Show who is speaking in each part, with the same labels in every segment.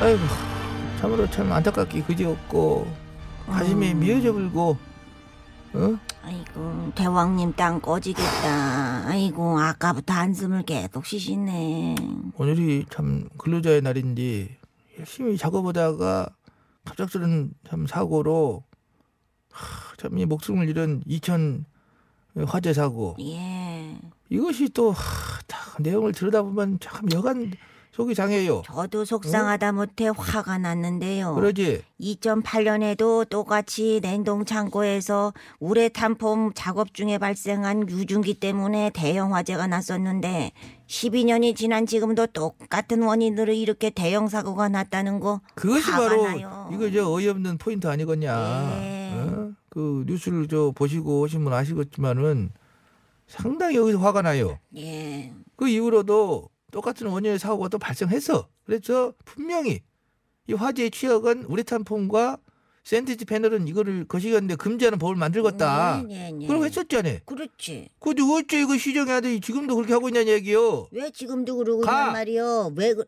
Speaker 1: 아이고 참으로 참 안타깝기 그지없고 가슴이 미어져 불고 어?
Speaker 2: 아이고 대왕님 땅 꺼지겠다. 아이고 아까부터 한숨을 계속 쉬시네.
Speaker 1: 오늘이 참 근로자의 날인데 열심히 작업하다가 갑작스런 참 사고로 참 이 목숨을 잃은 이천 화재 사고
Speaker 2: 예.
Speaker 1: 이것이 또 다 내용을 들여다보면 참 여간 속이 상해요
Speaker 2: 저도 속상하다 못해 화가 났는데요.
Speaker 1: 그러지
Speaker 2: 2008년에도 똑같이 냉동 창고에서 우레탄 폼 작업 중에 발생한 유증기 때문에 대형 화재가 났었는데 12년이 지난 지금도 똑같은 원인으로 이렇게 대형 사고가 났다는 거
Speaker 1: 그것이
Speaker 2: 화가
Speaker 1: 바로
Speaker 2: 나요.
Speaker 1: 이거 저 어이없는 포인트 아니겠냐.
Speaker 2: 네.
Speaker 1: 어? 그 뉴스를 저 보시고 오신 분 아시겠지만은 상당히 여기서 화가 나요.
Speaker 2: 예.
Speaker 1: 그 이후로도 똑같은 원인의 사고가 또 발생했어. 그래서 분명히 이 화재의 취약은 우레탄 폼과 샌드위치 패널은 이거를 그 거시기였는데 금지하는 법을 만들겠다.
Speaker 2: 예, 예, 예.
Speaker 1: 그럼 했었잖아요.
Speaker 2: 그렇지.
Speaker 1: 그데 어째 이거 시정해야 돼? 지금도 그렇게 하고 있냐는 얘기요.
Speaker 2: 왜 지금도 그러고
Speaker 1: 가.
Speaker 2: 있단 말이요? 왜 그...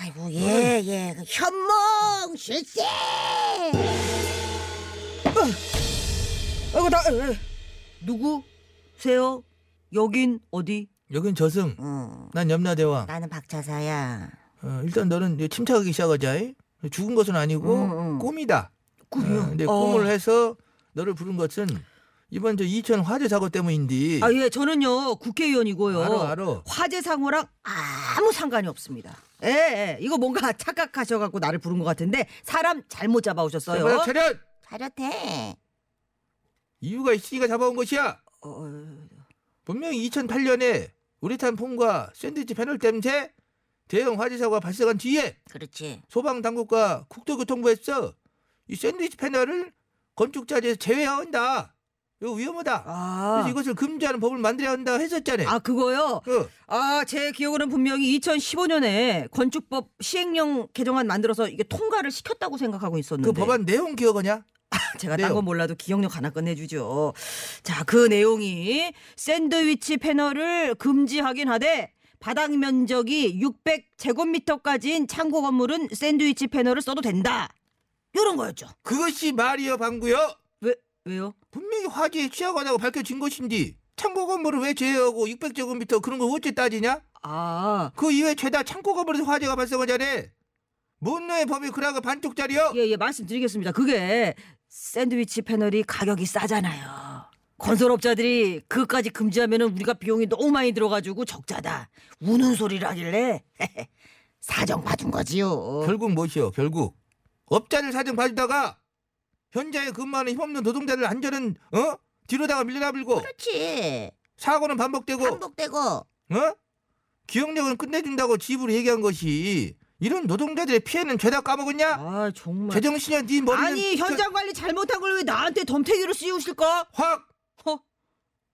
Speaker 2: 아이고 예, 예. 그 현몽 실세!
Speaker 3: 어.
Speaker 1: 아이고 다
Speaker 3: 누구세요? 여긴 어디?
Speaker 1: 여긴 저승.
Speaker 2: 어,
Speaker 1: 난 염라대왕.
Speaker 2: 나는 박차사야.
Speaker 1: 어, 일단 너는 이제 침착하기 시작하자. 이. 죽은 것은 아니고
Speaker 2: 음, 음.
Speaker 1: 꿈이다.
Speaker 3: 꿈이요?
Speaker 1: 어, 근데
Speaker 3: 어.
Speaker 1: 꿈을 해서 너를 부른 것은 이번 저 이천 화재 사고 때문인데.
Speaker 2: 어.
Speaker 3: 아, 예, 저는요, 국회의원이고요.
Speaker 1: 알어, 알어.
Speaker 3: 화재상호랑 아무 상관이 없습니다. 예, 예, 이거 뭔가 착각하셔갖고 나를 부른 것 같은데, 사람 잘못 잡아오셨어요.
Speaker 1: 자, 차렷.
Speaker 2: 차렷해.
Speaker 1: 이유가 있으니까 잡아온 것이야.
Speaker 3: 어,
Speaker 1: 분명히 2008년에 우레탄 폼과 샌드위치 패널 땜새 대형 화재 사고가 발생한 뒤에
Speaker 2: 그렇지.
Speaker 1: 소방 당국과 국토교통부에서 이 샌드위치 패널을 건축 자재에서 제외해야 한다. 이거 위험하다.
Speaker 3: 아,
Speaker 1: 그래서 이것을 금지하는 법을 만들어야 한다 했었잖아요.
Speaker 3: 아, 그거요?
Speaker 1: 그,
Speaker 3: 아, 제 기억으로는 분명히 2015년에 건축법 시행령 개정안 만들어서 이게 통과를 시켰다고 생각하고 있었는데.
Speaker 1: 그 법안 내용 기억하냐?
Speaker 3: 제가
Speaker 1: 내용.
Speaker 3: 딴 건 몰라도 기억력 하나 끝내주죠. 자, 그 내용이 샌드위치 패널을 금지하긴 하되 바닥 면적이 600제곱미터까지인 창고 건물은 샌드위치 패널을 써도 된다. 요런 거였죠.
Speaker 1: 그것이 말이여 방구여
Speaker 3: 왜, 왜요?
Speaker 1: 분명히 화재에 취약하다고 밝혀진 것인지 창고 건물을 왜 제외하고 600제곱미터 그런 걸 어째 따지냐?
Speaker 3: 아,
Speaker 1: 그 이외 죄다 창고 건물에서 화재가 발생하자네 문노의 범위 그라가 반쪽짜리여
Speaker 3: 예, 예, 말씀드리겠습니다. 그게 샌드위치 패널이 가격이 싸잖아요. 건설업자들이 그까지 금지하면 우리가 비용이 너무 많이 들어가지고 적자다. 우는 소리를 하길래 사정 봐준 거지요.
Speaker 1: 결국 무엇이여 결국 업자를 사정 봐주다가 현장에 근무하는 힘없는 노동자들 안전은 어? 뒤로다가 밀려나불고
Speaker 2: 그렇지.
Speaker 1: 사고는 반복되고
Speaker 2: 반복되고.
Speaker 1: 어? 기억력은 끝내준다고 집으로 얘기한 것이 이런 노동자들의 피해는 죄다 까먹었냐?
Speaker 3: 아 정말.
Speaker 1: 제정신이야 네 머리는
Speaker 3: 아니 현장 관리 잘못한 걸 왜 나한테 덤태기로 씌우실까? 어?
Speaker 1: 확
Speaker 3: 허.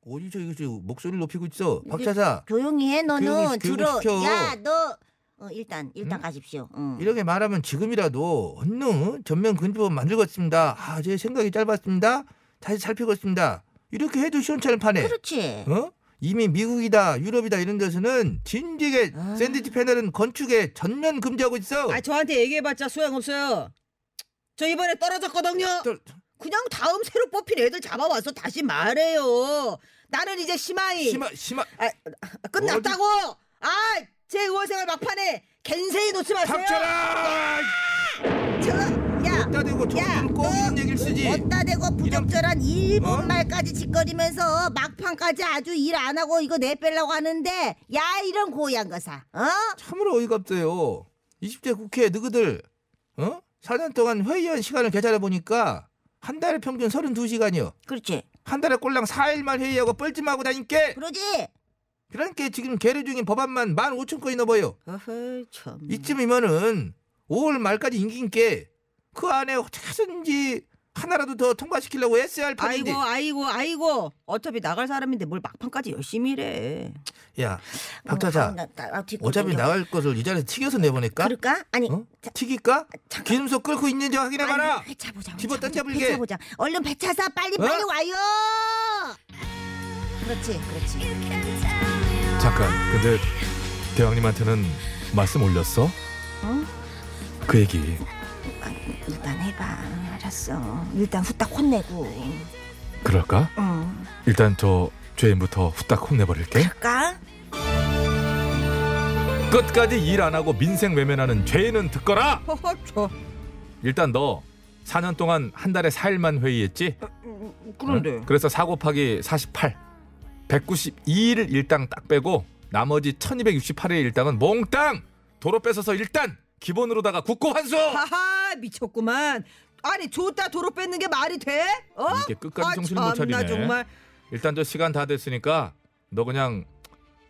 Speaker 1: 어디서 이거 지금 목소리를 높이고 있어 박차사
Speaker 2: 조용히 해
Speaker 1: 교육을
Speaker 2: 너는
Speaker 1: 시-
Speaker 2: 주로.
Speaker 1: 교육을 시켜.
Speaker 2: 야 너. 어, 일단 일단 가십시오. 응.
Speaker 1: 이렇게 말하면 지금이라도 얼른 전면 근지법 만들겠습니다 아제 생각이 짧았습니다 다시 살피겠습니다 이렇게 해도 시원찮을 판에
Speaker 2: 그렇지.
Speaker 1: 어? 이미 미국이다 유럽이다 이런 데서는 진지하게 샌드위치 패널은 건축에 전면 금지하고 있어
Speaker 3: 아 저한테 얘기해봤자 소용없어요. 저 이번에 떨어졌거든요.
Speaker 1: 떨-
Speaker 3: 그냥 다음 새로 뽑힌 애들 잡아와서 다시 말해요. 나는 이제 심하이
Speaker 1: 심하 심하
Speaker 3: 아, 아, 끝났다고. 아 제 의원생활 막판에 겐세이 놓지 마세요.
Speaker 1: 박차라
Speaker 2: 저, 야.
Speaker 1: 따 대고
Speaker 2: 야,
Speaker 1: 정신 꼭 이런 얘기를 쓰지
Speaker 2: 어따 대고 부적절한
Speaker 3: 어?
Speaker 2: 일본 말까지 짓거리면서 막판까지 아주 일 안 하고 이거 내빼려고 하는데 야 이런 고양 거사. 어?
Speaker 1: 참으로 어이가 없어요. 20대 국회 너희들 어? 4년 동안 회의한 시간을 계산해 보니까 한 달에 평균 32시간이요.
Speaker 2: 그렇지.
Speaker 1: 한 달에 꼴랑 4일만 회의하고 뻘쭘하고 다니께
Speaker 2: 그러지.
Speaker 1: 그러니까 지금 계류 중인 법안만 15,000건이 넘어요.
Speaker 3: 어허 참.
Speaker 1: 이쯤이면은 5월 말까지 임기인께 그 안에 어떻게든지 하나라도 더 통과시키려고 SR
Speaker 3: 아이고
Speaker 1: 판인데.
Speaker 3: 아이고 아이고 어차피 나갈 사람인데 뭘 막판까지 열심히 일해.
Speaker 2: 어,
Speaker 1: 야,
Speaker 2: 아,
Speaker 1: 박타자. 어차피 나갈 것을 이 자리에서 튀겨서 내보낼까?
Speaker 2: 그럴까? 아니
Speaker 1: 어?
Speaker 2: 자,
Speaker 1: 튀길까?
Speaker 2: 잠깐.
Speaker 1: 기름속 끓고 있는지 확인해봐라.
Speaker 2: 아니, 차보자.
Speaker 1: 집어 던져버리게. 어?
Speaker 2: 보자. 얼른 배 차서 빨리 빨리 와요. 그렇지, 그렇지.
Speaker 1: 잠깐. 근데 대왕님한테는 말씀 올렸어? 그 얘기
Speaker 2: 아, 일단 해봐. 알았어. 일단 후딱 혼내고.
Speaker 1: 그럴까?
Speaker 2: 응.
Speaker 1: 일단 저 죄인부터 후딱 혼내버릴게.
Speaker 2: 그럴까?
Speaker 1: 끝까지 일 안 하고 민생 외면하는 죄인은 듣거라.
Speaker 3: 허허 저.
Speaker 1: 일단 너 4년 동안 한 달에 4일만 회의했지?
Speaker 3: 어, 음, 그런데
Speaker 1: 응? 그래서 4 곱하기 48 192일 일당 딱 빼고 나머지 1268일 일당은 몽땅 도로 뺏어서 일단 기본으로다가 국고 환수
Speaker 3: 하하 미쳤구만. 아니 줬다 도로 뺏는 게 말이 돼? 어?
Speaker 1: 이게 끝까지 정신을 못
Speaker 3: 참나
Speaker 1: 차리네.
Speaker 3: 정말
Speaker 1: 일단 저 시간 다 됐으니까 너 그냥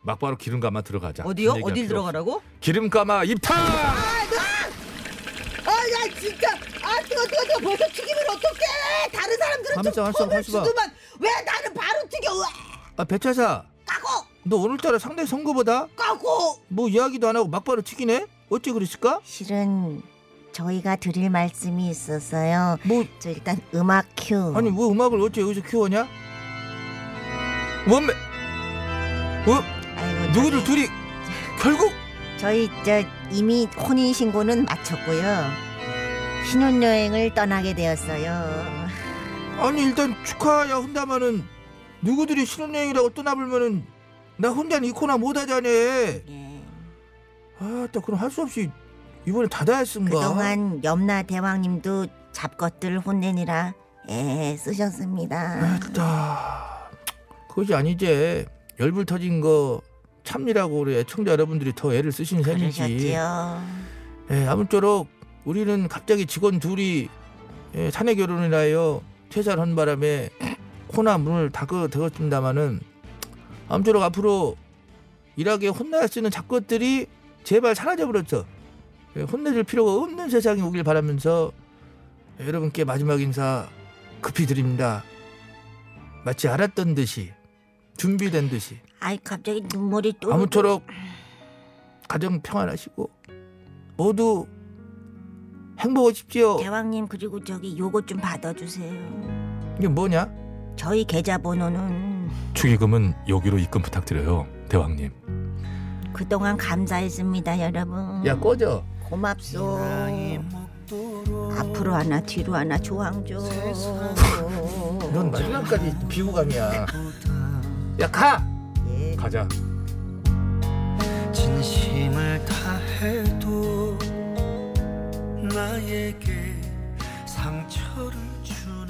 Speaker 1: 막바로 기름감아 들어가자
Speaker 3: 어디요?
Speaker 1: 무슨 얘기할
Speaker 3: 어딜
Speaker 1: 필요 없어.
Speaker 3: 들어가라고?
Speaker 1: 기름감아 입탕
Speaker 3: 아야 진짜 아 뜨거 뜨거 뜨거 벌써 튀기면 어떡해 다른 사람들은
Speaker 1: 가만있어,
Speaker 3: 좀
Speaker 1: 가만있어,
Speaker 3: 컵을
Speaker 1: 가만있어 봐.
Speaker 3: 주더만 왜 나는 바로 튀겨 으아,
Speaker 1: 아 배차사
Speaker 3: 까고
Speaker 1: 너 오늘따라 상당히 선거보다
Speaker 3: 까고
Speaker 1: 뭐 이야기도 안 하고 막바로 튀기네 어째 그랬을까?
Speaker 2: 실은 저희가 드릴 말씀이 있었어요.
Speaker 1: 뭐
Speaker 2: 저 일단 음악 큐.
Speaker 1: 아니 뭐 음악을 어째 여기서 키워냐? 원매 어?
Speaker 2: 아이고,
Speaker 1: 누구들
Speaker 2: 저기,
Speaker 1: 둘이 결국
Speaker 2: 저희 저 이미 혼인 신고는 마쳤고요. 신혼여행을 떠나게 되었어요.
Speaker 1: 아니 일단 축하야 한다마는 누구들이 신혼여행이라고 떠나불면은 나 혼자는 이 코나 못하자네
Speaker 2: 예.
Speaker 1: 아따 그럼 할 수 없이 이번에 다다했은가
Speaker 2: 그동안 염라 대왕님도 잡것들 혼내니라 예, 애
Speaker 1: 아,
Speaker 2: 쓰셨습니다.
Speaker 1: 아따 그것이 아니제 열불 터진 거 참이라고 우리 애청자 여러분들이 더 애를 쓰시는 셈이지
Speaker 2: 그러셨지요.
Speaker 1: 예, 아무쪼록 우리는 갑자기 직원 둘이 예, 사내 결혼을 하여 퇴사를 한 바람에 코나 문을 닫게 되었습니다마는 아무쪼록 앞으로 일하기에 혼날 수 있는 작것들이 제발 사라져 버렸죠. 예, 혼내줄 필요가 없는 세상이 오길 바라면서 여러분께 마지막 인사 급히 드립니다. 마치 알았던 듯이 준비된 듯이
Speaker 2: 아이 갑자기 눈물이 또.
Speaker 1: 아무쪼록 가정 평안하시고 모두 행복하십시오.
Speaker 2: 대왕님 그리고 저기 요거 좀 받아주세요.
Speaker 1: 이게 뭐냐?
Speaker 2: 저희 계좌번호는
Speaker 1: 축의금은 여기로 입금 부탁드려요, 대왕님.
Speaker 2: 그동안 감사했습니다, 여러분.
Speaker 1: 야 꺼져.
Speaker 2: 고맙소. 앞으로 하나 뒤로 하나 조항조.
Speaker 1: 넌 마지막까지 비호감이야. 야 가. 가자.
Speaker 4: 진심을 다해도 나에게 상처를 주네.